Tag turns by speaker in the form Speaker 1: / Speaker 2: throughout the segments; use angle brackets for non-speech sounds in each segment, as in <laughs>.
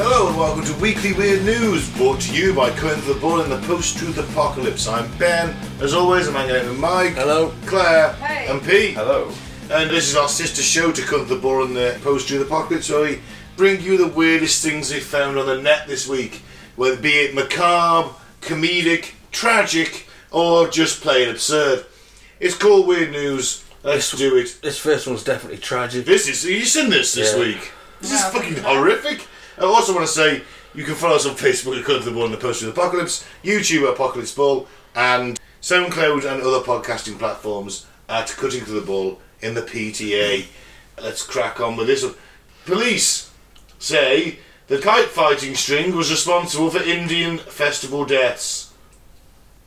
Speaker 1: Hello and welcome to Weekly Weird News, brought to you by Quentin the Bull in the Post-Truth Apocalypse. I'm Ben, as always, I'm hanging out with Mike,
Speaker 2: Hello.
Speaker 1: Claire,
Speaker 3: Hey.
Speaker 1: and Pete.
Speaker 2: Hello.
Speaker 1: And this is our sister show to Quentin the Bull in the Post-Truth Apocalypse, where we bring you the weirdest things we found on the net this week, whether be it macabre, comedic, tragic, or just plain absurd. It's called Weird News. Let's do it.
Speaker 2: This first one's definitely tragic.
Speaker 1: This is you seen this this
Speaker 2: Yeah.
Speaker 1: week. This is
Speaker 3: Yeah.
Speaker 1: fucking horrific. I also want to say you can follow us on Facebook at Club the Ball and the Post of the Apocalypse, YouTube Apocalypse Ball, and SoundCloud and other podcasting platforms at Cutting Through the Ball in the PTA. Let's crack on with this one. Police say the kite fighting string was responsible for Indian festival deaths.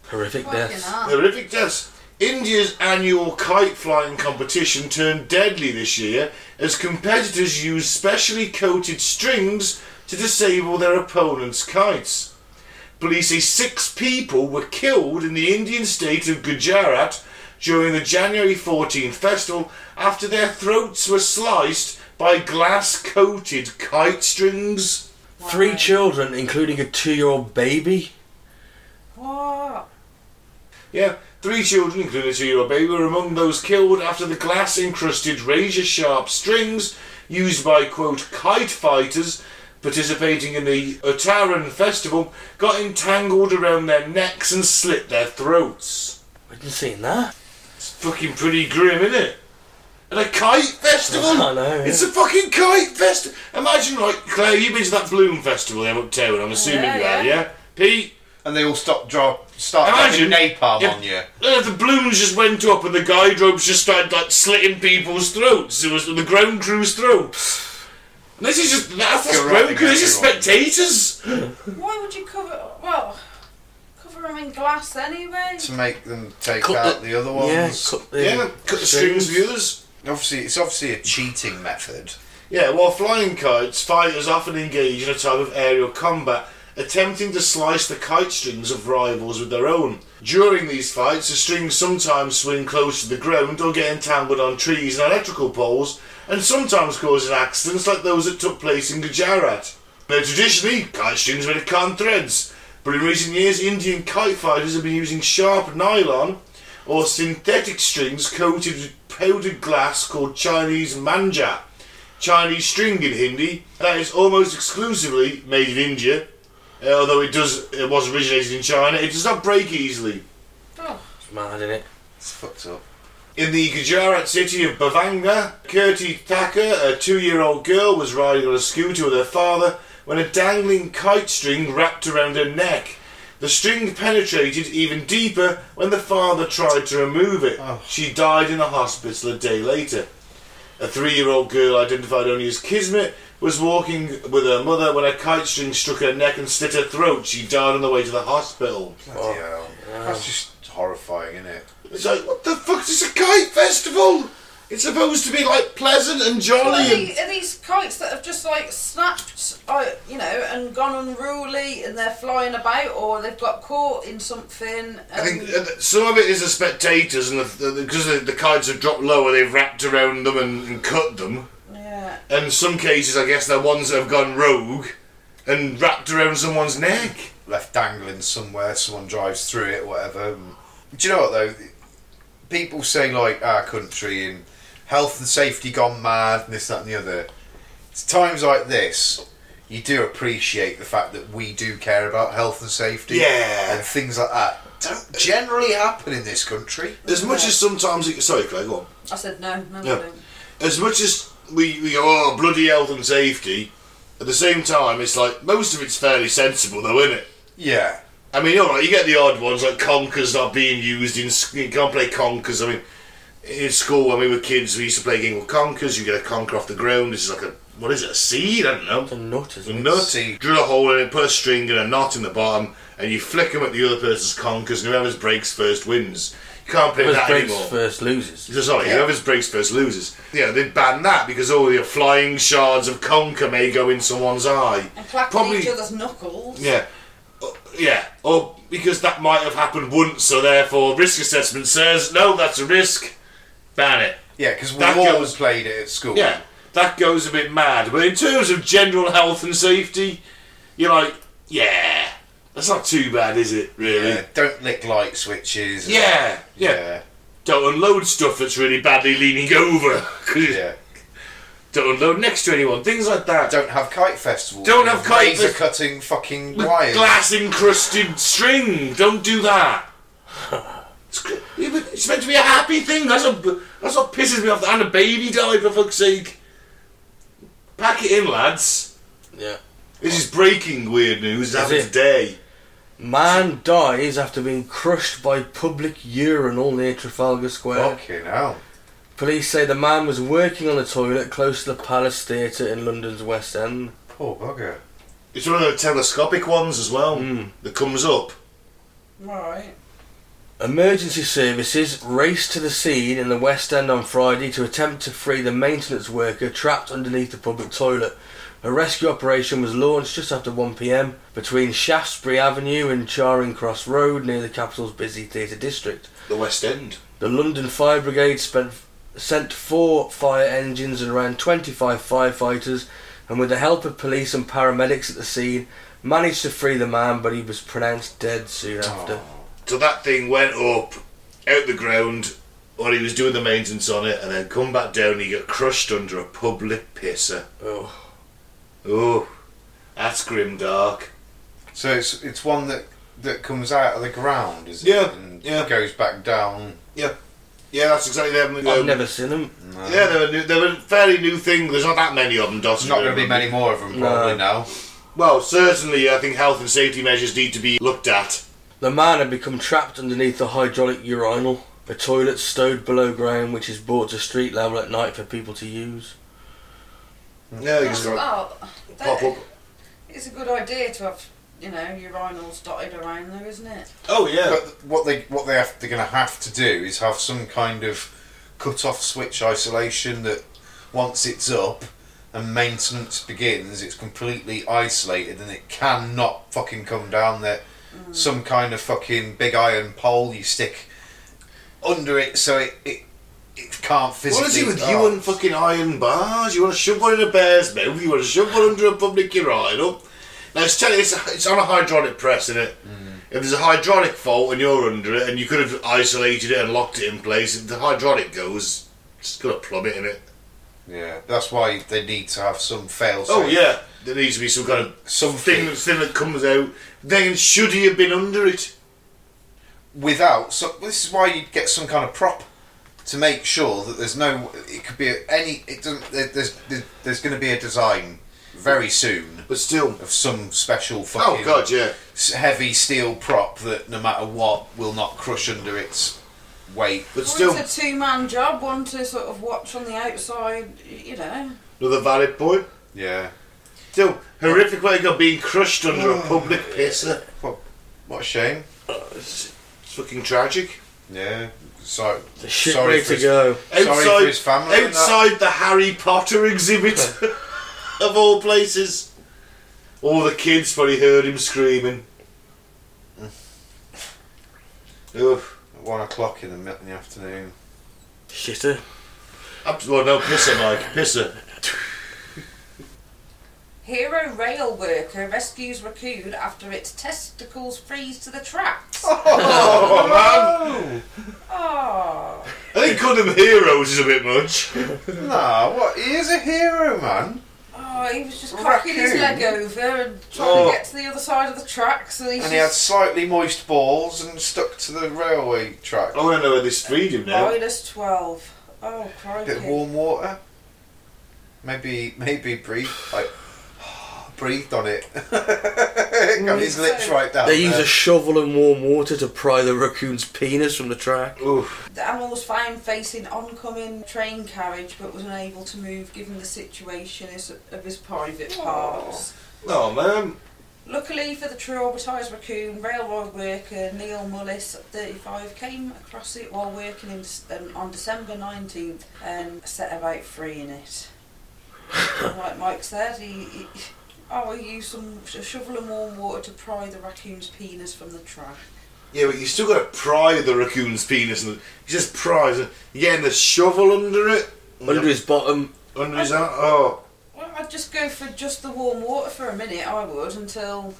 Speaker 2: Horrific
Speaker 3: Fucking
Speaker 2: deaths.
Speaker 3: hell.
Speaker 1: Horrific deaths. India's annual kite flying competition turned deadly this year as competitors used specially coated strings to disable their opponents' kites. Police say six people were killed in the Indian state of Gujarat during the January 14th festival after their throats were sliced by glass coated kite strings.
Speaker 2: Three children, including a two-year-old baby.
Speaker 3: What?
Speaker 1: Yeah, three children, including a two-year-old baby, were among those killed after the glass-encrusted razor-sharp strings used by quote kite fighters participating in the Uttaran festival got entangled around their necks and slit their throats.
Speaker 2: I didn't see that.
Speaker 1: It's fucking pretty grim, isn't it? At a kite festival?
Speaker 2: I know, yeah.
Speaker 1: It's a fucking kite festival. Imagine, like Claire, you've been to that Bloom festival in Uptown. I'm assuming
Speaker 3: Yeah,
Speaker 1: you
Speaker 3: yeah.
Speaker 1: have, yeah? Pete.
Speaker 4: and they all stop drop start
Speaker 1: Imagine
Speaker 4: dropping napalm
Speaker 1: if-
Speaker 4: on you.
Speaker 1: Uh, the balloons just went up and the guide ropes just started like slitting people's throats. It was the ground crew's throats. And this is just that's, that's
Speaker 4: Corrupting
Speaker 1: ground crew. This is
Speaker 4: everyone.
Speaker 1: spectators.
Speaker 3: Why would you cover? Well, cover them in glass anyway.
Speaker 4: To make them take
Speaker 2: Cut
Speaker 4: out
Speaker 2: the-
Speaker 4: the, other ones.
Speaker 2: Yeah, cut the,
Speaker 1: Yeah, cut the strings of the others.
Speaker 4: Obviously it's obviously a cheating method.
Speaker 1: Yeah, while flying kites, fighters often engage in a type of aerial combat, attempting to slice the kite strings of rivals with their own. During these fights, the strings sometimes swing close to the ground or get entangled on trees and electrical poles, and sometimes causing accidents like those that took place in Gujarat. Now, traditionally, kite strings were made of cotton threads, but in recent years, Indian kite fighters have been using sharp nylon or synthetic strings coated with powdered glass called Chinese manja. Chinese string in Hindi that is almost exclusively made in India, uh, although it does it was originated in China. It does not break easily.
Speaker 3: Oh,
Speaker 2: It's mad, isn't it?
Speaker 4: It's fucked up.
Speaker 1: In the Gujarat city of Bhavanga, Kirti Thacker, a two-year-old girl, was riding on a scooter with her father when a dangling kite string wrapped around her neck. The string penetrated even deeper when the father tried to remove it.
Speaker 4: Oh.
Speaker 1: She died in a hospital a day later. A three-year-old girl, identified only as Kismet, was walking with her mother when a kite string struck her neck and slit her throat. She died on the way to the hospital.
Speaker 4: Bloody
Speaker 2: Oh.
Speaker 4: hell. That's just horrifying, isn't it?
Speaker 1: It's like, what the fuck is a kite festival? It's supposed to be like pleasant and
Speaker 3: well, are,
Speaker 1: jolly.
Speaker 3: these, are these kites that have just like snapped, uh, you know, and gone unruly, and they're flying about, or they've got caught in something? And
Speaker 1: I think uh, some of it is the spectators, and because the, the, 'cause the, the kites have dropped lower, they've wrapped around them and, and cut them.
Speaker 3: yeah.
Speaker 1: And some cases, I guess, they're ones that have gone rogue and wrapped around someone's neck.
Speaker 4: Left dangling somewhere, someone drives through it, whatever. and- Do you know what though? People say like our country and health and safety gone mad and this, that and the other. It's times like this you do appreciate the fact that we do care about health and safety.
Speaker 1: Yeah.
Speaker 4: And things like that don't generally happen in this country.
Speaker 1: As much as sometimes, it, sorry, Claire, go on.
Speaker 3: I said no, no,
Speaker 1: Yeah.
Speaker 3: no. no.
Speaker 1: As much as we, we go, oh, bloody health and safety, at the same time, it's like most of it's fairly sensible, though, isn't it?
Speaker 4: Yeah.
Speaker 1: I mean, all right, you get the odd ones like conkers not being used in. sc- You can't play conkers. I mean, in school when we were kids, we used to play a game of conkers. You get a conker off the ground. This is like a what is it? A seed? I don't
Speaker 2: It's a
Speaker 1: know.
Speaker 2: nut, isn't
Speaker 1: A
Speaker 2: it?
Speaker 1: nut.
Speaker 4: Seed.
Speaker 1: Drill a hole in it, put a string and a knot in the bottom, and you flick them at the other person's conkers, and whoever's breaks first wins. You can't play
Speaker 2: Whoever
Speaker 1: that
Speaker 2: breaks
Speaker 1: anymore.
Speaker 2: first loses.
Speaker 1: So Sorry,
Speaker 4: Yeah.
Speaker 1: whoever's breaks first loses. Yeah, they ban that because all your flying shards of conker may go in someone's eye.
Speaker 3: And clapping
Speaker 1: Probably-
Speaker 3: each other's knuckles.
Speaker 1: Yeah. Uh, yeah. Or because that might have happened once, so therefore risk assessment says, no, that's a risk, ban it.
Speaker 4: Yeah, because we
Speaker 1: That
Speaker 4: always
Speaker 1: goes-
Speaker 4: played it at school.
Speaker 1: Yeah. that goes a bit mad. But in terms of general health and safety, you're like, yeah, that's not too bad, is it? Really?
Speaker 4: Yeah, don't lick light switches.
Speaker 1: Yeah, yeah.
Speaker 4: yeah,
Speaker 1: Don't unload stuff that's really badly leaning over. <laughs> 'cause you
Speaker 4: yeah.
Speaker 1: Don't unload next to anyone. Things like that.
Speaker 4: Don't have kite festivals.
Speaker 1: Don't have
Speaker 4: with
Speaker 1: kite
Speaker 4: laser
Speaker 1: fes-
Speaker 4: cutting fucking
Speaker 1: With
Speaker 4: wires.
Speaker 1: glass encrusted string. Don't do <laughs> that. It's, c- yeah, but it's meant to be a happy thing. That's what that's what pisses me off. And a baby died for fuck's sake. Pack it in, lads.
Speaker 2: Yeah.
Speaker 1: This is breaking weird news. It's
Speaker 2: Is
Speaker 1: happened
Speaker 2: it?
Speaker 1: today.
Speaker 2: Man dies after being crushed by public urinal near Trafalgar Square.
Speaker 4: Fucking hell.
Speaker 2: Police say the man was working on a toilet close to the Palace Theatre in London's West End.
Speaker 4: Poor bugger.
Speaker 1: It's one of the telescopic ones as well that comes up.
Speaker 3: Right.
Speaker 2: Emergency services raced to the scene in the West End on Friday to attempt to free the maintenance worker trapped underneath the public toilet. A rescue operation was launched just after 1pm between Shaftesbury Avenue and Charing Cross Road near the capital's busy theatre district.
Speaker 1: The West End.
Speaker 2: The London Fire Brigade spent, sent four fire engines and around 25 firefighters, and with the help of police and paramedics at the scene, managed to free the man, but he was pronounced dead soon after.
Speaker 1: So that thing went up, out the ground, while he was doing the maintenance on it, and then come back down and he got crushed under a public pisser.
Speaker 2: Oh.
Speaker 1: Oh, that's grim dark.
Speaker 4: So it's it's one that that comes out of the ground, is it?
Speaker 1: Yeah,
Speaker 4: And
Speaker 1: yeah.
Speaker 4: Goes back down.
Speaker 1: Yeah, that's exactly them.
Speaker 2: I've never seen him.
Speaker 1: Yeah, they're a, new, they're a fairly new thing. There's not that many of them, Dawson.
Speaker 4: There's not going to be many more of
Speaker 2: No.
Speaker 4: them probably now.
Speaker 1: Well, certainly, I think health and safety measures need to be looked at.
Speaker 2: The man had become trapped underneath the hydraulic urinal, a toilet stowed below ground which is brought to street level at night for people to use.
Speaker 1: Yeah, you just gotta
Speaker 3: Well,
Speaker 1: pop up.
Speaker 3: that, it's a good idea to have, you know, urinals dotted around though, isn't it?
Speaker 1: Oh, yeah.
Speaker 4: But what they what they have, they're going to have to do is have some kind of cut off switch isolation that once it's up and maintenance begins, it's completely isolated and it cannot fucking come down there. Some kind of fucking big iron pole you stick under it so it it, it can't physically.
Speaker 1: What is it with
Speaker 4: Oh.
Speaker 1: you and fucking iron bars? You want to shove one in a bear's mouth, you want to shove one under a public urinal. Now, it's, tell it's, it's on a hydraulic press, isn't it?
Speaker 2: Mm.
Speaker 1: If there's a hydraulic fault and you're under it, and you could have isolated it and locked it in place, if the hydraulic goes, it's going to plummet in it.
Speaker 4: Yeah, that's why they need to have some fail.
Speaker 1: Oh, yeah. There needs to be some kind of
Speaker 4: something
Speaker 1: thing, thing that comes out. Then should he have been under it?
Speaker 4: without. So this is why you get some kind of prop to make sure that there's no. It could be any. It doesn't. there- There's there's, there's going to be a design very soon
Speaker 1: But still.
Speaker 4: of some special
Speaker 1: Oh,
Speaker 4: fucking
Speaker 1: God, yeah.
Speaker 4: s- heavy steel prop that no matter what will not crush under its weight.
Speaker 1: But
Speaker 3: Well,
Speaker 1: still,
Speaker 3: it's a two-man job, one to sort of watch on the outside, y- you know.
Speaker 1: another valid point.
Speaker 4: Yeah.
Speaker 1: Still, horrific way of being crushed under
Speaker 4: Oh.
Speaker 1: a public pisser.
Speaker 4: What what a shame.
Speaker 1: It's fucking tragic.
Speaker 4: Yeah. So
Speaker 2: The shit
Speaker 4: sorry
Speaker 2: way
Speaker 4: for
Speaker 2: to
Speaker 4: his-
Speaker 2: go.
Speaker 4: Sorry for his family and that.
Speaker 1: Outside the Harry Potter exhibit, <laughs> of all places. All the kids probably heard him screaming.
Speaker 4: Mm.
Speaker 1: Ugh.
Speaker 4: at one o'clock in the, mi- in the afternoon.
Speaker 2: Shitter.
Speaker 1: Abs- Well, no, pisser, Mike. Pisser.
Speaker 3: Hero rail worker rescues raccoon after its testicles freeze to the tracks.
Speaker 1: Oh, man.
Speaker 3: Oh.
Speaker 1: I think calling them heroes is a bit much.
Speaker 4: Nah, what? He is a hero, man.
Speaker 3: Oh, he was just cocking his
Speaker 4: Raccoon.
Speaker 3: leg over and trying
Speaker 1: Oh.
Speaker 3: to get to the other side of the tracks, and he's
Speaker 4: And he had
Speaker 3: just
Speaker 4: slightly moist balls and stuck to the railway track.
Speaker 2: Oh,
Speaker 1: I want to know where this freed him now.
Speaker 3: minus twelve. Oh crikey!
Speaker 4: bit of warm water. Maybe maybe breathe like <sighs> breathed on it. <laughs> Got his lips right
Speaker 1: Oh,
Speaker 4: down.
Speaker 2: They use
Speaker 4: there.
Speaker 2: a shovel and warm water to pry the raccoon's penis from the track.
Speaker 1: Oof.
Speaker 3: The animal was found facing oncoming train carriage, but was unable to move given the situation is- of his private parts.
Speaker 1: No, man.
Speaker 3: Luckily for the traumatised raccoon, railroad worker Neil Mullis, 35, came across it while working in, um, on December 19th and set about freeing it. <laughs> And like Mike said, he, he, oh, he used some a shovel and warm water to pry the raccoon's penis from the track.
Speaker 1: Yeah, but you still got to pry the raccoon's penis, and you just pries it. You're getting the shovel under it.
Speaker 2: Under his bottom,
Speaker 1: Under his arm? Oh,
Speaker 3: Well, I'd just go for just the warm water for a minute, I would, until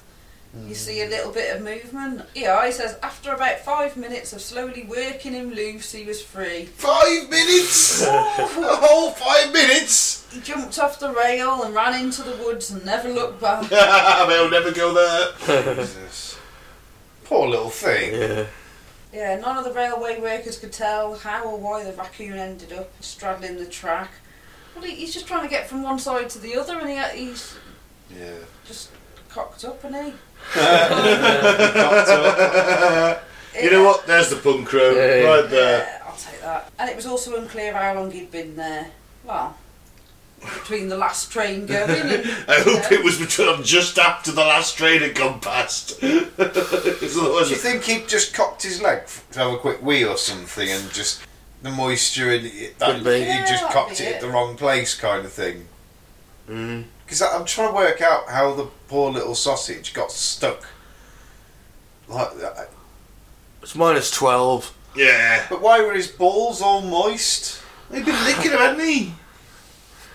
Speaker 3: you see a little bit of movement. Yeah, he says, after about five minutes of slowly working him loose, he was free.
Speaker 1: five
Speaker 4: <laughs>
Speaker 1: minutes!
Speaker 3: Oh,
Speaker 1: A whole five minutes! <laughs>
Speaker 3: he jumped off the rail and ran into the woods and never looked back.
Speaker 1: They'll never go there.
Speaker 4: Jesus. Poor little thing.
Speaker 2: Yeah.
Speaker 3: Yeah, none of the railway workers could tell how or why the raccoon ended up straddling the track. Well, he, he's just trying to get from one side to the other, and he, he's
Speaker 4: Yeah.
Speaker 3: just cocked up, and he.
Speaker 4: Cocked up.
Speaker 1: <laughs> You know what? There's the punk road,
Speaker 2: Yeah.
Speaker 1: right there.
Speaker 3: Yeah, I'll take that. And it was also unclear how long he'd been there. Well, between the last train
Speaker 1: <laughs>
Speaker 3: going and.
Speaker 1: I hope it was between just after the last train had gone past. <laughs> It's
Speaker 4: Do you
Speaker 1: otherwise-
Speaker 4: think he'd just cocked his leg f- to have a quick wee or something and just the moisture and it, that,
Speaker 2: Could be.
Speaker 4: he just
Speaker 3: Yeah,
Speaker 4: cocked
Speaker 3: that'd
Speaker 4: it
Speaker 3: be
Speaker 4: at
Speaker 3: it.
Speaker 4: the wrong place kind of thing?
Speaker 2: Mm.
Speaker 4: Because I'm trying to work out how the poor little sausage got stuck. Like, that.
Speaker 2: It's minus 12.
Speaker 1: Yeah.
Speaker 4: but why were his balls all moist?
Speaker 1: He'd been licking her, hadn't he?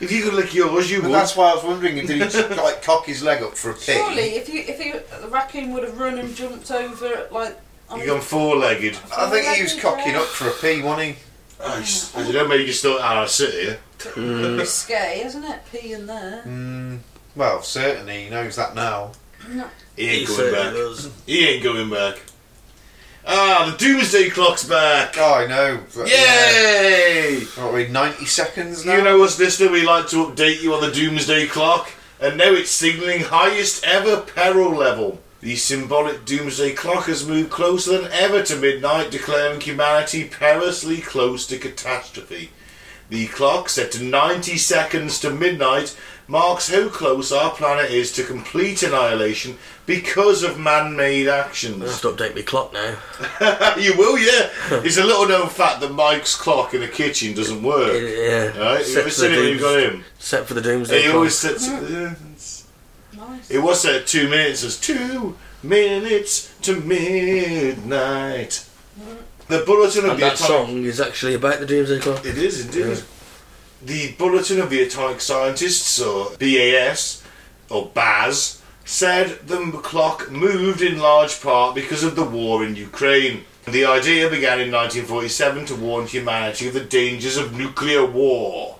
Speaker 1: If you could lick yours, you
Speaker 4: But
Speaker 1: would.
Speaker 4: that's why I was wondering did he just, <laughs> like cock his leg up for a pee?
Speaker 3: Surely, if you if he, the raccoon would have run and jumped over, like.
Speaker 1: You've
Speaker 3: on his-
Speaker 1: gone four-legged.
Speaker 4: I think he was cocking up for a pee, wasn't he?
Speaker 1: I just- I don't know, maybe you just thought, ah, I sit here.
Speaker 3: Risque, isn't it? Pee in there.
Speaker 4: Mm, well, certainly he knows that now.
Speaker 1: He
Speaker 2: He
Speaker 1: ain't going
Speaker 2: certainly
Speaker 1: back.
Speaker 2: does.
Speaker 1: He ain't going back. Ah, the doomsday clock's back.
Speaker 4: Oh, I know. But, yeah.
Speaker 1: Yay!
Speaker 4: What are we, 90 seconds now?
Speaker 2: Um,
Speaker 1: You know us, listener, we like to update you on the doomsday clock, and now it's signalling highest ever peril level. The symbolic doomsday clock has moved closer than ever to midnight, declaring humanity perilously close to catastrophe. The clock, set to 90 seconds to midnight, marks how close our planet is to complete annihilation because of man made
Speaker 2: I
Speaker 1: actions.
Speaker 2: have to update my clock now.
Speaker 1: <laughs> you will, yeah. It's a little known fact that Mike's clock in the kitchen doesn't work.
Speaker 2: It- <laughs> yeah.
Speaker 1: Right? You
Speaker 2: Set
Speaker 1: ever
Speaker 2: for the
Speaker 1: seen it when you got
Speaker 2: dooms-
Speaker 1: him?
Speaker 2: set for the doomsday
Speaker 1: He
Speaker 2: clock.
Speaker 1: always sits. yeah, it's-
Speaker 3: Nice.
Speaker 1: It was at two minutes. It's two minutes to midnight. The bulletin of
Speaker 2: And
Speaker 1: the
Speaker 2: that
Speaker 1: atomic.
Speaker 2: song is actually about the doomsday clock.
Speaker 1: It is indeed.
Speaker 2: Yeah.
Speaker 1: The bulletin of the atomic scientists, or BAS, or BAS, said the clock moved in large part because of the war in Ukraine. The idea began in 1947 to warn humanity of the dangers of nuclear war.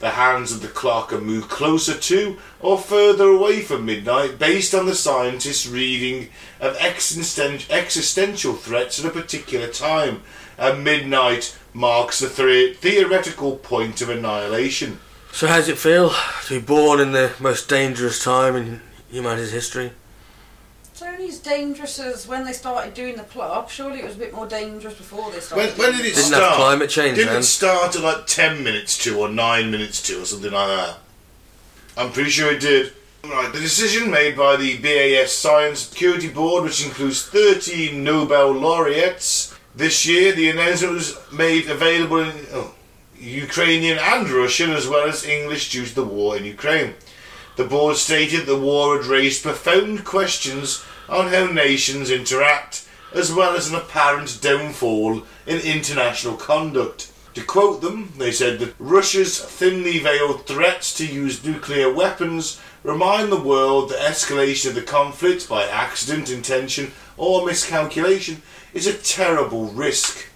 Speaker 1: The hands of the clock are moved closer to or further away from midnight based on the scientist's reading of existen- existential threats at a particular time, and midnight marks the thre- theoretical point of annihilation.
Speaker 2: So how's it feel to be born in the most dangerous time in humanity's history?
Speaker 3: It's only as dangerous as when they started doing the plot. Surely it was a bit more dangerous before they
Speaker 1: When,
Speaker 3: started.
Speaker 1: when did
Speaker 3: doing
Speaker 1: it
Speaker 2: Didn't have
Speaker 1: start?
Speaker 2: climate change
Speaker 1: Didn't
Speaker 2: then.
Speaker 1: it start at like 10 minutes to or 9 minutes to or something like that? I'm pretty sure it did. Right, the decision made by the BAS Science Security Board, which includes 13 Nobel laureates, this year the announcement was made available in oh, Ukrainian and Russian as well as English due to the war in Ukraine. The board stated the war had raised profound questions on how nations interact, as well as an apparent downfall in international conduct. To quote them, they said that Russia's thinly veiled threats to use nuclear weapons remind the world that escalation of the conflict by accident, intention, or miscalculation is a terrible risk.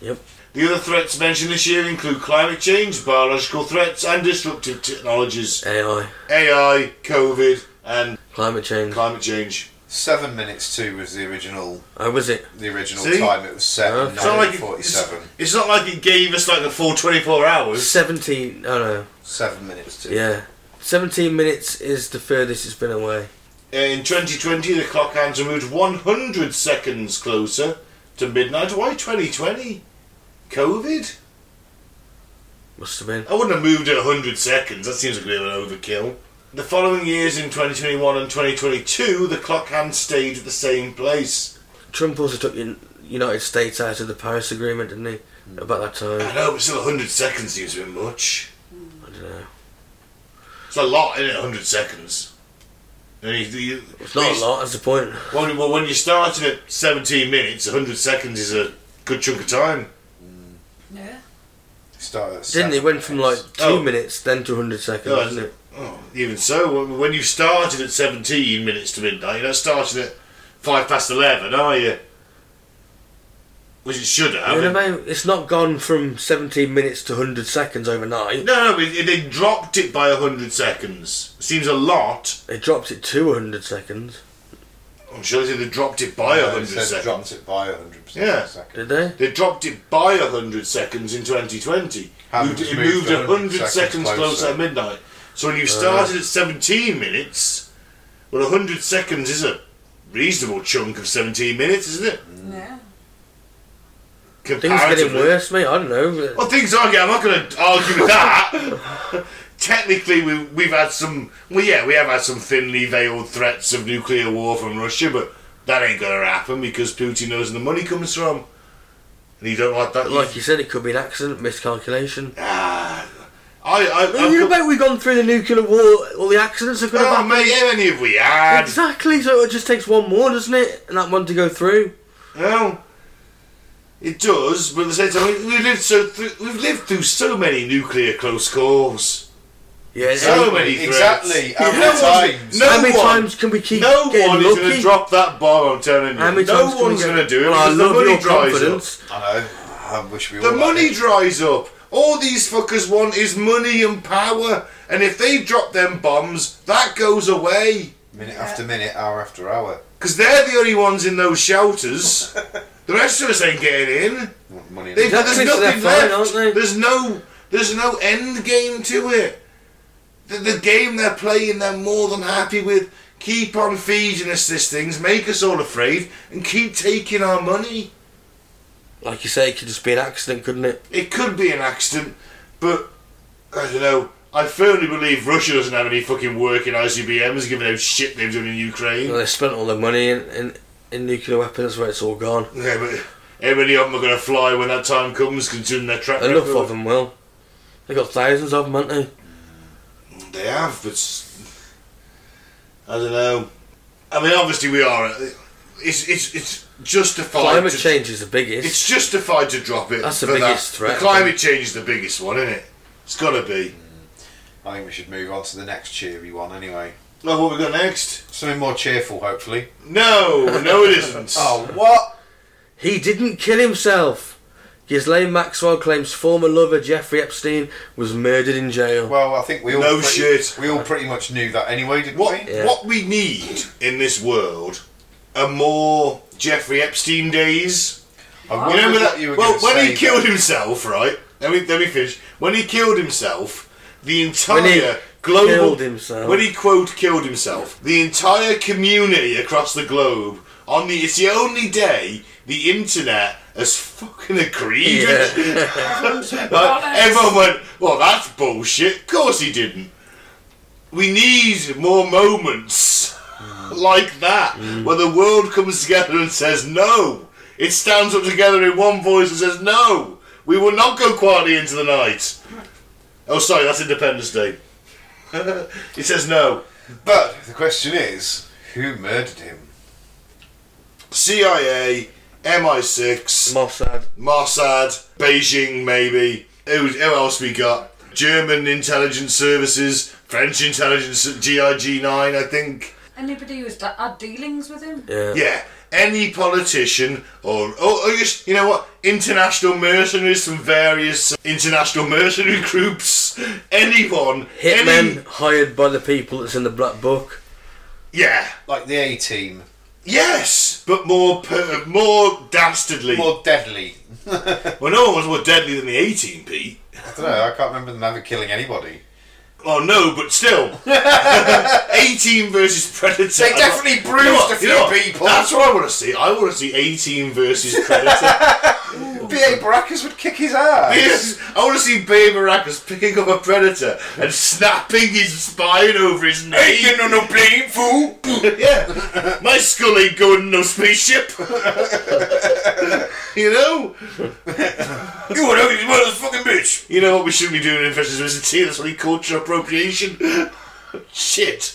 Speaker 2: Yep.
Speaker 1: The other threats mentioned this year include climate change, biological threats, and disruptive technologies.
Speaker 2: AI,
Speaker 1: AI, COVID, and
Speaker 2: climate change.
Speaker 1: climate change.
Speaker 4: Seven minutes two was the original
Speaker 2: How Uh, was it?
Speaker 4: the original
Speaker 1: See?
Speaker 4: time. It was seven
Speaker 2: Yeah.
Speaker 1: It's not, like it, it's,
Speaker 4: 1947.
Speaker 1: it's not like it gave us like the full 24 hours.
Speaker 2: Seventeen. Oh no.
Speaker 4: Seven minutes two.
Speaker 2: Yeah. Seventeen minutes is the furthest it's been away.
Speaker 1: In 2020, the clock hands were moved 100 seconds closer to midnight. Why 2020? COVID?
Speaker 2: Must have been.
Speaker 1: I wouldn't have moved it 100 seconds. That seems a bit of an overkill. The following years, in 2021 and 2022, the clock hand stayed at the same place.
Speaker 2: Trump also took the United States out of the Paris Agreement, didn't he? About that
Speaker 1: I
Speaker 2: time.
Speaker 1: know, but still 100 seconds seems a bit much.
Speaker 2: I don't know.
Speaker 1: It's a lot, isn't it? 100 seconds. And you- you-
Speaker 2: It's not a lot. That's the point.
Speaker 1: Well, well, when you're starting at 17 minutes, 100 seconds is a good chunk of time.
Speaker 3: Yeah.
Speaker 4: It's started. at
Speaker 2: Didn't he?
Speaker 4: seven
Speaker 2: Went from like
Speaker 4: minutes.
Speaker 2: two
Speaker 1: Oh.
Speaker 2: minutes then to 100 seconds,
Speaker 1: No,
Speaker 2: didn't it?
Speaker 1: Oh, even so, when- when you started at 17 minutes to midnight, you're not starting at 5 past 11, are you? Which it should have.
Speaker 2: You know what I mean? It's not gone from 17 minutes to 100 seconds overnight.
Speaker 1: No, no, it- they dropped it by 100 seconds. Seems a lot.
Speaker 2: They dropped it to 100 seconds,
Speaker 1: I'm sure they said they dropped it by
Speaker 4: Yeah,
Speaker 1: 100
Speaker 4: it says
Speaker 1: seconds.
Speaker 4: Dropped it by 100
Speaker 1: Yeah.
Speaker 4: seconds.
Speaker 2: did they?
Speaker 1: They dropped it by 100 seconds in 2020.
Speaker 4: Havends
Speaker 1: Moved- it
Speaker 4: moved
Speaker 1: moved
Speaker 4: 100
Speaker 1: 100 seconds,
Speaker 4: seconds
Speaker 1: closer.
Speaker 4: closer
Speaker 1: at midnight. So when you started at 17 minutes, well, 100 seconds is a reasonable chunk of 17 minutes, isn't it?
Speaker 3: Yeah.
Speaker 2: Things
Speaker 1: Comparatively.
Speaker 2: getting worse, mate. I don't know.
Speaker 1: Well, things are getting. I'm not going to argue with that. <laughs> Technically, we, we've had some. Well, yeah, we have had some thinly veiled threats of nuclear war from Russia, but that ain't going to happen because Putin knows where the money comes from, and he don't like that.
Speaker 2: But like you said, it could be an accident, miscalculation.
Speaker 1: Ah, I, I,
Speaker 2: Well, you
Speaker 1: I,
Speaker 2: bet we've gone through the nuclear war, all the accidents are going to
Speaker 1: Oh,
Speaker 2: happen.
Speaker 1: mate, how many have we had?
Speaker 2: Exactly, so it just takes one more, doesn't it? And that one to go through.
Speaker 1: Well, it does, but at the same time, we- we lived so th- we've lived through so many nuclear close calls.
Speaker 2: Yeah,
Speaker 1: So
Speaker 2: and-
Speaker 1: many threats.
Speaker 4: Exactly. How
Speaker 1: No
Speaker 4: many
Speaker 1: one's-
Speaker 4: times?
Speaker 1: no
Speaker 2: how many
Speaker 1: one-
Speaker 2: times can we keep
Speaker 1: No
Speaker 2: getting
Speaker 1: one is going
Speaker 2: lucky?
Speaker 1: to drop that bomb. I'm telling you.
Speaker 2: How many
Speaker 1: no
Speaker 2: times can we
Speaker 1: one's
Speaker 2: get-
Speaker 1: going to do it
Speaker 2: Well, I
Speaker 1: because the
Speaker 2: love
Speaker 1: money
Speaker 2: your
Speaker 1: dries up.
Speaker 2: confidence.
Speaker 4: I know. I wish we
Speaker 1: The
Speaker 4: all
Speaker 1: money
Speaker 4: had it.
Speaker 1: dries up. All these fuckers want is money and power, and if they drop them bombs, that goes away.
Speaker 4: minute after minute, hour after hour.
Speaker 1: Because they're the only ones in those shelters. the rest of us ain't getting in.
Speaker 4: Money.
Speaker 1: They've,
Speaker 2: Exactly,
Speaker 1: there's
Speaker 2: so they're
Speaker 1: nothing
Speaker 2: fine,
Speaker 1: left.
Speaker 2: aren't they?
Speaker 1: There's no there's no end game to it. The, the game they're playing, they're more than happy with. Keep on feeding us these things, make us all afraid, and keep taking our money.
Speaker 2: Like you say, it could just be an accident, couldn't it?
Speaker 1: It could be an accident, but I don't know. I firmly believe Russia doesn't have any fucking working ICBMs, given how shit they've done in Ukraine.
Speaker 2: Well, they spent all their money in, in, in nuclear weapons, that's where it's all gone.
Speaker 1: Yeah, but how many of them are going to fly when that time comes, considering their track
Speaker 2: Enough
Speaker 1: record?
Speaker 2: of them will. They got thousands of them, haven't they?
Speaker 1: They have, but s- I don't know. I mean, obviously we are. It's it's it's justified.
Speaker 2: Climate
Speaker 1: to,
Speaker 2: change is the biggest.
Speaker 1: It's justified to drop it.
Speaker 2: That's the
Speaker 1: for
Speaker 2: biggest
Speaker 1: that.
Speaker 2: threat,
Speaker 1: The climate change is the biggest one, isn't it? It's got to be.
Speaker 4: I think we should move on to the next cheery one anyway.
Speaker 1: Well, what we got next?
Speaker 4: Something more cheerful, hopefully.
Speaker 1: No, no, it isn't.
Speaker 4: Oh, what?
Speaker 2: He didn't kill himself. Ghislaine Maxwell claims former lover Jeffrey Epstein was murdered in jail.
Speaker 4: Well, I think we all
Speaker 1: No
Speaker 4: pretty,
Speaker 1: shit.
Speaker 4: We all pretty much knew that anyway, didn't
Speaker 1: What
Speaker 4: we?
Speaker 2: Yeah.
Speaker 1: what we need in this world are more Jeffrey Epstein days.
Speaker 4: I
Speaker 1: You
Speaker 4: wondered
Speaker 1: remember
Speaker 4: what
Speaker 1: that?
Speaker 4: you were
Speaker 1: well,
Speaker 4: gonna
Speaker 1: when
Speaker 4: say
Speaker 1: he killed himself, right? Let me let me finish. When he killed himself, the entire
Speaker 2: When he
Speaker 1: global
Speaker 2: killed himself.
Speaker 1: when he quote killed himself, the entire community across the globe on the it's the only day the internet has fucking agreed. with it. Like, everyone went, well, that's bullshit. Of course he didn't. We need more moments <laughs> like that where the world comes together and says no. It stands up together in one voice and says no. We will not go quietly into the night. Oh, sorry, that's Independence Day. <laughs> it says no.
Speaker 4: But the question is, who murdered him?
Speaker 1: CIA, MI6,
Speaker 2: Mossad.
Speaker 1: Mossad, Beijing, maybe. Who, who else we got? German intelligence services, French intelligence, GIG9, I think.
Speaker 3: Anybody who's d- had dealings with him?
Speaker 2: Yeah.
Speaker 1: Yeah, any politician or or, or just, you know what, international mercenaries from various international mercenary <laughs> groups, anyone,
Speaker 2: Hitmen
Speaker 1: any,
Speaker 2: hired by the people that's in the black book.
Speaker 1: yeah,
Speaker 4: Like the A team,
Speaker 1: yes, but more per, more dastardly.
Speaker 4: more deadly. <laughs>
Speaker 1: well, no one was more deadly than the 18 Pete.
Speaker 4: I don't know. I can't remember them ever killing anybody.
Speaker 1: Oh no, but
Speaker 4: <laughs>
Speaker 1: still, 18 versus Predator.
Speaker 4: They
Speaker 1: I'm
Speaker 4: definitely
Speaker 1: not-
Speaker 4: bruised
Speaker 1: You know what,
Speaker 4: a
Speaker 1: you
Speaker 4: few
Speaker 1: know what,
Speaker 4: people.
Speaker 1: That's what I want to see. I want to see 18 versus Predator.
Speaker 4: <laughs> B.A. Baracus would kick his ass.
Speaker 1: Yes, I want to see Babe Arrakis picking up a predator and snapping his spine over his knee.
Speaker 4: Ain't no no blame fool.
Speaker 1: <laughs> yeah, my skull ain't going in no spaceship. <laughs> you know,
Speaker 4: You were ugly as well as a fucking bitch.
Speaker 1: you know what we shouldn't be doing in Investors Mr. T. That's what he culture appropriation. <laughs> Shit.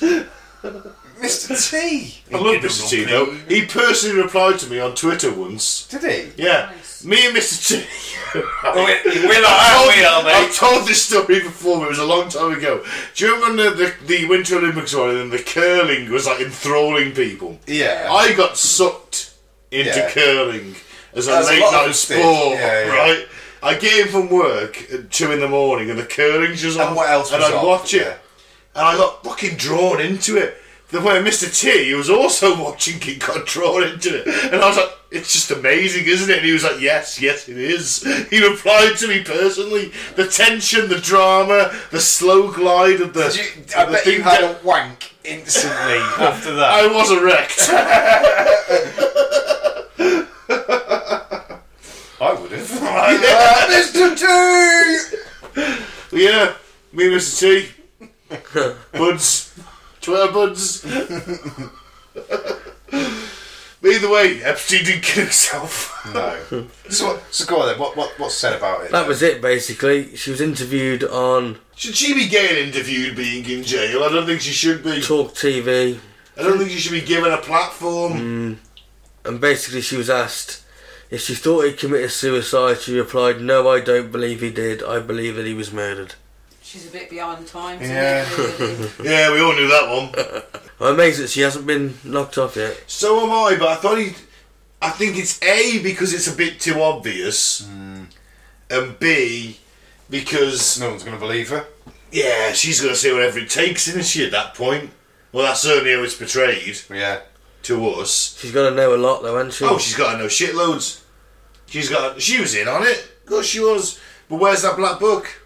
Speaker 4: Mr. T.
Speaker 1: I love Mr. T though. He personally replied to me on Twitter once.
Speaker 4: Did he?
Speaker 1: Yeah,
Speaker 3: Nice.
Speaker 1: me and Mr. T. <laughs>
Speaker 4: We're, we're not, Oh, we are,
Speaker 1: I've
Speaker 4: mate.
Speaker 1: told this story before, but it was a long time ago. Do you remember the, the Winter Olympics one and the curling was like enthralling people?
Speaker 4: Yeah.
Speaker 1: I got sucked into
Speaker 4: Yeah.
Speaker 1: curling as a
Speaker 4: As a
Speaker 1: late
Speaker 4: lot of
Speaker 1: night
Speaker 4: us did.
Speaker 1: sport,
Speaker 4: Yeah, yeah.
Speaker 1: right? I came from work at two in the morning and the curling's was on.
Speaker 4: And what else
Speaker 1: And
Speaker 4: was
Speaker 1: I'd
Speaker 4: on?
Speaker 1: watch it.
Speaker 4: Yeah.
Speaker 1: And I got fucking drawn into it. Then when Mr. T, who was also <laughs> watching it, got drawn into it. And I was like, it's just amazing, isn't it? And he was like, yes, yes, it is. <laughs> He replied to me personally. The tension, the drama, the slow glide of the.
Speaker 4: Did you, I
Speaker 1: the
Speaker 4: bet
Speaker 1: thing
Speaker 4: you had
Speaker 1: that-
Speaker 4: a wank instantly after that.
Speaker 1: I was
Speaker 4: <laughs>
Speaker 1: erect.
Speaker 4: I would have. Mr. T!
Speaker 1: Yeah, me and Mr. T. buds. Twitter buds. Either way, Epstein didn't kill himself.
Speaker 4: No. So, so go on then. What, what, what's said about it?
Speaker 2: That was it, basically. She was interviewed on
Speaker 1: Should she be getting interviewed being in jail? I don't think she should be.
Speaker 2: Talk TV,
Speaker 1: I don't think she should be given a platform.
Speaker 2: and basically she was asked if she thought he committed suicide. She replied, "No, I don't believe he did. I believe that he was murdered."
Speaker 3: She's a bit behind time.
Speaker 4: Yeah.
Speaker 1: <laughs> Yeah, we all knew that one.
Speaker 2: I'm amazed that she hasn't been knocked off yet.
Speaker 1: So am I, but I thought he. I think it's A, because it's a bit too obvious, and B, because
Speaker 4: no one's going to believe her.
Speaker 1: Yeah, she's going to say whatever it takes, isn't she, at that point? Well, that's certainly how it's portrayed
Speaker 4: Yeah.
Speaker 1: to us.
Speaker 2: She's got to know a lot, though, hasn't she?
Speaker 1: Oh, she's got to know shitloads. She's got. She was in on it. Of course she was. But where's that black book?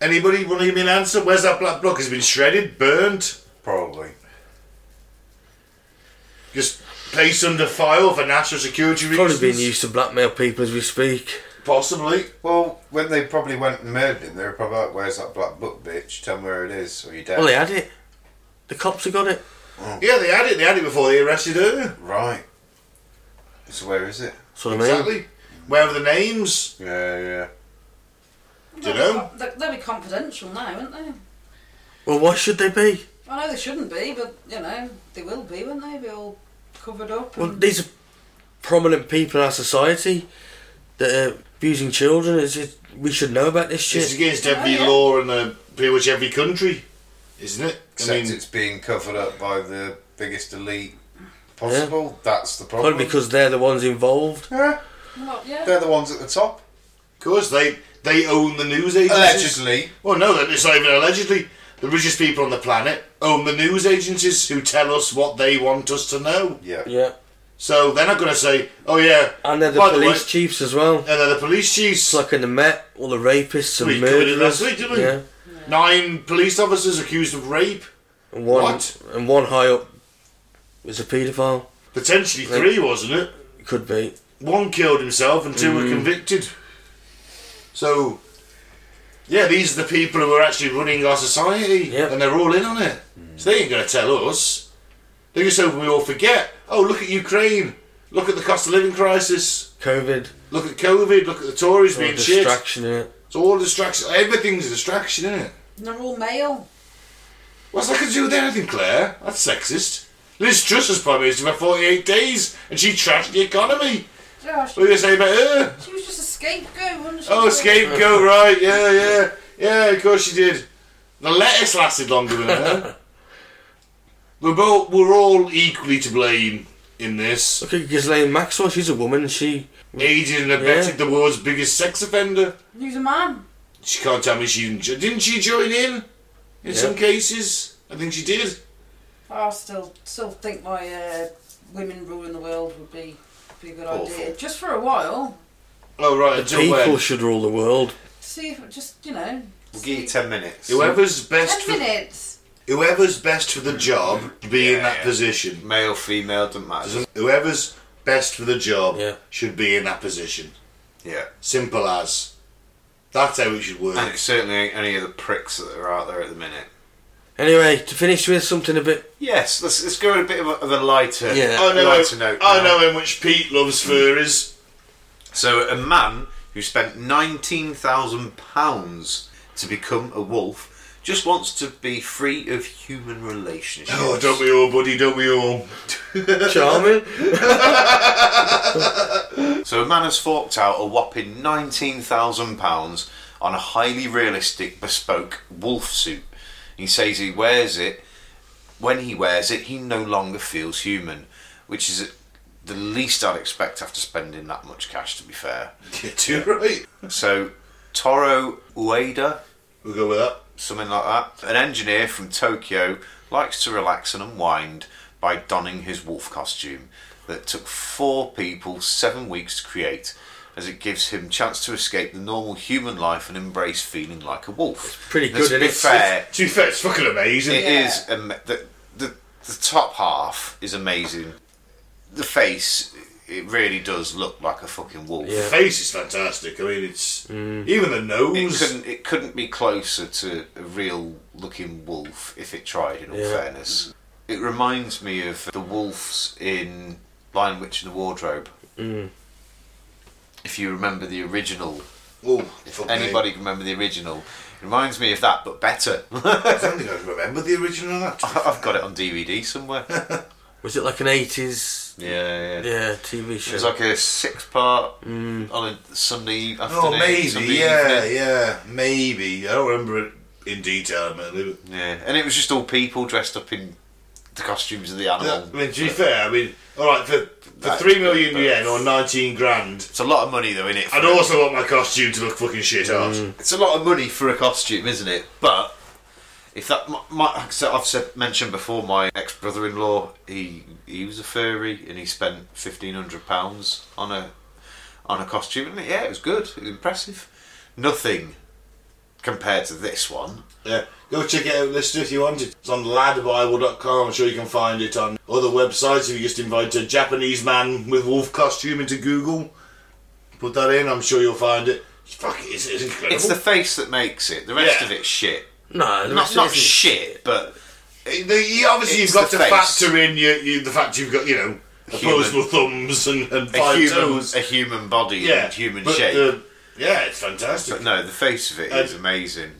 Speaker 1: Anybody want to give me an answer? Where's that black book? Has it been shredded, burnt,
Speaker 4: Probably.
Speaker 1: just placed under file for national security reasons?
Speaker 2: probably being used to blackmail people as we speak.
Speaker 1: Possibly.
Speaker 4: Well, when they probably went and murdered him, they were probably like, "Where's that black book, bitch? Tell me where it is, or you're dead."
Speaker 2: Well, they had it. The cops have got it.
Speaker 1: Yeah, they had it. They had it before they arrested her.
Speaker 4: Right. So where is it?
Speaker 2: That's what I mean.
Speaker 1: Exactly. Where are the names?
Speaker 4: Yeah, yeah.
Speaker 1: You know?
Speaker 3: They'll, they'll be confidential now, won't they?
Speaker 2: Well, why should they be?
Speaker 3: I know they shouldn't be, but you know they will be, won't they? Be all covered up.
Speaker 2: Well,
Speaker 3: and-
Speaker 2: these are prominent people in our society that are abusing children. It's just, we should know about this
Speaker 1: It's
Speaker 2: shit.
Speaker 1: against every
Speaker 3: Oh, yeah.
Speaker 1: law in uh, pretty much every country, isn't it?
Speaker 4: Except it's being covered up by the biggest elite possible. That's the problem.
Speaker 2: Probably because they're the ones involved.
Speaker 4: Yeah,
Speaker 3: Well, yeah.
Speaker 4: they're the ones at the top.
Speaker 1: of course they they own the news agencies.
Speaker 4: Allegedly.
Speaker 1: Well, no, that- it's not even allegedly. The richest people on the planet own the news agencies who tell us what they want us to know.
Speaker 4: Yeah.
Speaker 2: Yeah.
Speaker 1: So they're not going to say, "Oh yeah,"
Speaker 2: And they're the
Speaker 1: by
Speaker 2: police
Speaker 1: way,
Speaker 2: chiefs as well.
Speaker 1: and they're the police chiefs.
Speaker 2: It's like in the Met, all the rapists and
Speaker 1: we covered it
Speaker 2: murderers.
Speaker 1: last week, didn't we?
Speaker 2: Yeah.
Speaker 1: Nine police officers accused of rape.
Speaker 2: And one
Speaker 1: What?
Speaker 2: and one high up was a paedophile.
Speaker 1: Potentially three, wasn't it?
Speaker 2: It could be.
Speaker 1: one killed himself and two were convicted. So, yeah, these are the people who are actually running our society,
Speaker 2: Yeah.
Speaker 1: and they're all in on it. So they ain't going to tell us. They're just hoping we all forget. Oh, look at Ukraine. Look at the cost of living crisis.
Speaker 2: COVID,
Speaker 1: Look at COVID. Look at the Tories
Speaker 2: or
Speaker 1: being shit.
Speaker 2: distraction in it.
Speaker 1: It's all distraction. Everything's a distraction, isn't it?
Speaker 3: And they're all male.
Speaker 1: What's that got to do with anything, Claire? That's sexist. Liz Truss was prime minister for 48 days, and she trashed the economy.
Speaker 3: Yeah, she,
Speaker 1: What are you going to say about her?
Speaker 3: she was just a scapegoat, wasn't she?
Speaker 1: Oh, scapegoat, right? Yeah, yeah, yeah. Of course she did. The lettuce lasted longer than
Speaker 2: <laughs>
Speaker 1: her. we're both, we're all equally to blame in this.
Speaker 2: Look at Ghislaine Maxwell. She's a woman. She
Speaker 1: Aided and abetted
Speaker 2: Yeah.
Speaker 1: the world's biggest sex offender.
Speaker 3: He was a man.
Speaker 1: She can't tell me she didn't. jo- Didn't she join in? In some cases, I think she did.
Speaker 3: I still still think my uh, women ruling the world would be, be a good
Speaker 4: Awful.
Speaker 3: idea. Just for a while.
Speaker 1: Oh right, until
Speaker 2: people
Speaker 1: when?
Speaker 2: should rule the world.
Speaker 3: See if just you know.
Speaker 4: We'll give you
Speaker 3: see-
Speaker 4: ten minutes.
Speaker 1: Whoever's best
Speaker 3: Ten
Speaker 1: for
Speaker 3: minutes.
Speaker 1: whoever's best for the job, be in
Speaker 4: Yeah,
Speaker 1: that
Speaker 4: yeah.
Speaker 1: position.
Speaker 4: Male, female, doesn't matter.
Speaker 1: Whoever's best for the job
Speaker 2: Yeah.
Speaker 1: should be in that position.
Speaker 4: Yeah.
Speaker 1: Simple as. That's how it should work.
Speaker 4: And it certainly ain't any of the pricks that are out there at the minute.
Speaker 2: Anyway, to finish with something a bit.
Speaker 1: <laughs>
Speaker 4: Yes, let's, let's go on a bit of a, of a lighter,
Speaker 2: Yeah.
Speaker 1: I know,
Speaker 4: lighter note.
Speaker 1: I
Speaker 4: now.
Speaker 1: know in which Pete loves furries.
Speaker 4: So, a man who spent £19,000 to become a wolf just wants to be free of human relationships.
Speaker 1: Oh, don't we all, buddy? Don't we all?
Speaker 2: Charming.
Speaker 4: So a man has forked out a whopping £19,000 on a highly realistic bespoke wolf suit. He says he wears it. When he wears it, he no longer feels human, which is the least I'd expect after spending that much cash, to be fair.
Speaker 1: You're too right.
Speaker 4: So, Toro Ueda,
Speaker 1: We'll go with that.
Speaker 4: something like that, an engineer from Tokyo, likes to relax and unwind by donning his wolf costume that took four people seven weeks to create, as it gives him chance to escape the normal human life and embrace feeling like a wolf.
Speaker 2: pretty
Speaker 4: Let's
Speaker 2: good,
Speaker 4: be
Speaker 2: innit?
Speaker 4: fair,
Speaker 1: To be fair, it's fucking amazing.
Speaker 4: it
Speaker 3: Yeah.
Speaker 4: is am- the, the the top half is amazing. The face, it really does look like a fucking wolf.
Speaker 1: The
Speaker 2: Yeah.
Speaker 1: face is fantastic. I mean, it's even the
Speaker 4: Mm. It
Speaker 1: nose.
Speaker 4: couldn't. It couldn't be closer to a real-looking wolf if it tried. In all
Speaker 2: Yeah.
Speaker 4: fairness, it reminds me of the wolves in *Lion, Witch, and the Wardrobe*.
Speaker 1: Mm.
Speaker 4: If you remember the original,
Speaker 1: Oh,
Speaker 4: if
Speaker 1: fuck me.
Speaker 4: anybody can remember the original, it reminds me of that, but better. <laughs>
Speaker 1: I don't think I remember the original of that.
Speaker 4: I've got it on DVD somewhere.
Speaker 1: <laughs>
Speaker 4: Yeah,
Speaker 2: Was it like an eighties?
Speaker 4: yeah.
Speaker 2: Yeah, TV show.
Speaker 4: It was like a six-part on a Sunday afternoon.
Speaker 1: Mm. Oh, maybe,
Speaker 4: Sunday
Speaker 1: yeah,
Speaker 4: evening.
Speaker 1: yeah, maybe. I don't remember it in detail, admittedly. But
Speaker 4: yeah. And it was just all people dressed up in the costumes of the animal.
Speaker 1: I mean, to be fair, I mean, all right, for for
Speaker 4: That's
Speaker 1: three million
Speaker 4: good,
Speaker 1: yen
Speaker 4: but-
Speaker 1: or nineteen grand,
Speaker 4: It's a lot of money, though, isn't it?
Speaker 1: I'd also want my costume to look fucking shit out.
Speaker 4: It's a lot of money for a costume, isn't it? But if that, my, my, so I've said, mentioned before, my ex brother-in-law, he he was a furry, and he spent fifteen hundred pounds on a on a costume, and yeah, it was good, it was impressive. Nothing compared to this one.
Speaker 1: Yeah, go check it out, listener, if you want it. It's on ladbible.com. I'm sure you can find it on other websites. If you just invite a Japanese man with wolf costume into Google, put that in. I'm sure you'll find it. Fuck, it's, it's incredible.
Speaker 4: It's the face that makes it. The rest
Speaker 1: Yeah.
Speaker 4: of it's shit.
Speaker 2: no, the
Speaker 4: Not
Speaker 2: rest
Speaker 4: not
Speaker 2: of it isn't.
Speaker 4: shit, but
Speaker 1: The- you- obviously,
Speaker 4: It's
Speaker 1: you've got
Speaker 4: the
Speaker 1: to
Speaker 4: face.
Speaker 1: factor in your, you, the fact you've got, you know,
Speaker 4: human.
Speaker 1: opposable thumbs and, and
Speaker 4: a
Speaker 1: five
Speaker 4: human,
Speaker 1: toes.
Speaker 4: a human body
Speaker 1: yeah,
Speaker 4: and human
Speaker 1: but
Speaker 4: shape.
Speaker 1: the- yeah, it's fantastic.
Speaker 4: but no, the face of it is
Speaker 1: And-
Speaker 4: amazing.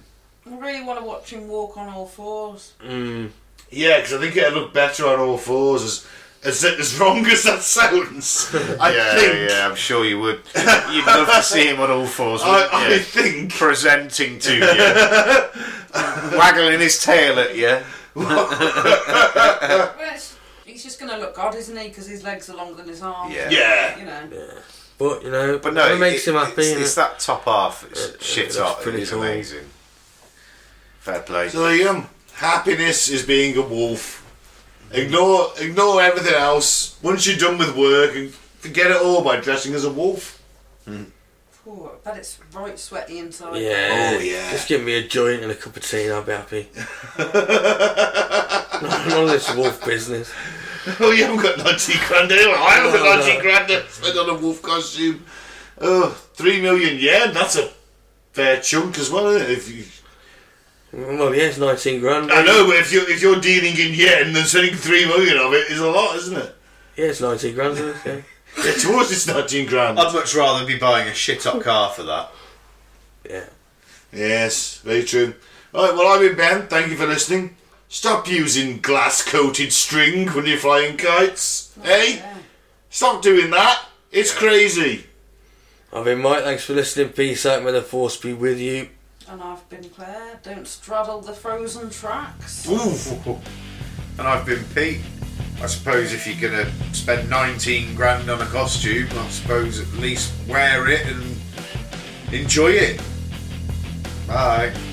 Speaker 3: I really want to watch him walk on all fours.
Speaker 2: Mm.
Speaker 1: Yeah, because I think it'd look better on all fours. As as, as wrong as that sounds, I
Speaker 4: yeah,
Speaker 1: think.
Speaker 4: yeah, I'm sure you <laughs> would. You'd love to see him on all fours,
Speaker 1: I,
Speaker 4: wouldn't
Speaker 1: I
Speaker 4: you?
Speaker 1: think
Speaker 4: Presenting to you, <laughs> waggling his tail at you.
Speaker 3: Well, it's- he's just going to look odd, isn't he? Because his legs are longer than his arms.
Speaker 4: Yeah.
Speaker 1: Yeah.
Speaker 3: You know.
Speaker 2: But you know,
Speaker 4: But no,
Speaker 2: it makes
Speaker 4: it-
Speaker 2: him happy.
Speaker 4: It's,
Speaker 2: innit?
Speaker 4: it's that top half. It's
Speaker 2: It-
Speaker 4: shit
Speaker 2: it's
Speaker 4: up. It
Speaker 2: pretty
Speaker 4: is
Speaker 2: cool.
Speaker 4: amazing. Fair play.
Speaker 1: So there you go. Happiness is being a wolf. Ignore ignore everything else. Once you're done with work, and forget it all by dressing as a wolf. <laughs>
Speaker 3: Poor, I bet it's right sweaty inside.
Speaker 2: Yeah.
Speaker 1: Oh, yeah.
Speaker 2: Just give me a joint and a cup of tea and I'll be
Speaker 4: <laughs>
Speaker 2: happy. <laughs> None of this wolf business.
Speaker 1: Oh, you haven't got 19 grand anyway. I haven't
Speaker 2: No,
Speaker 1: got 19
Speaker 2: no.
Speaker 1: grand to spend on a wolf costume. Oh, 3 million yen, that's a fair chunk as well, isn't it? If you,
Speaker 2: Well, yeah, it's 19 grand.
Speaker 1: I know, but if you're, if you're dealing in yen, then sending 3 million of it is a lot, isn't it?
Speaker 2: Yeah, it's 19 grand. isn't it?
Speaker 1: Yeah, to us it's 19 grand.
Speaker 4: I'd much rather be buying a shit up car for that.
Speaker 2: Yeah. yeah.
Speaker 1: Yes, very true. Alright, well, I've been Ben. Thank you for listening. Stop using glass coated string when you're flying kites. Hey,
Speaker 3: Yeah.
Speaker 1: stop doing that. It's crazy.
Speaker 2: I've been Mike, thanks for listening. Peace out, may the force be with you.
Speaker 3: And I've been Claire. Don't straddle the frozen tracks.
Speaker 1: Ooh.
Speaker 5: And I've been Pete. I suppose if you're gonna spend 19 grand on a costume, I suppose at least wear it and enjoy it. Bye.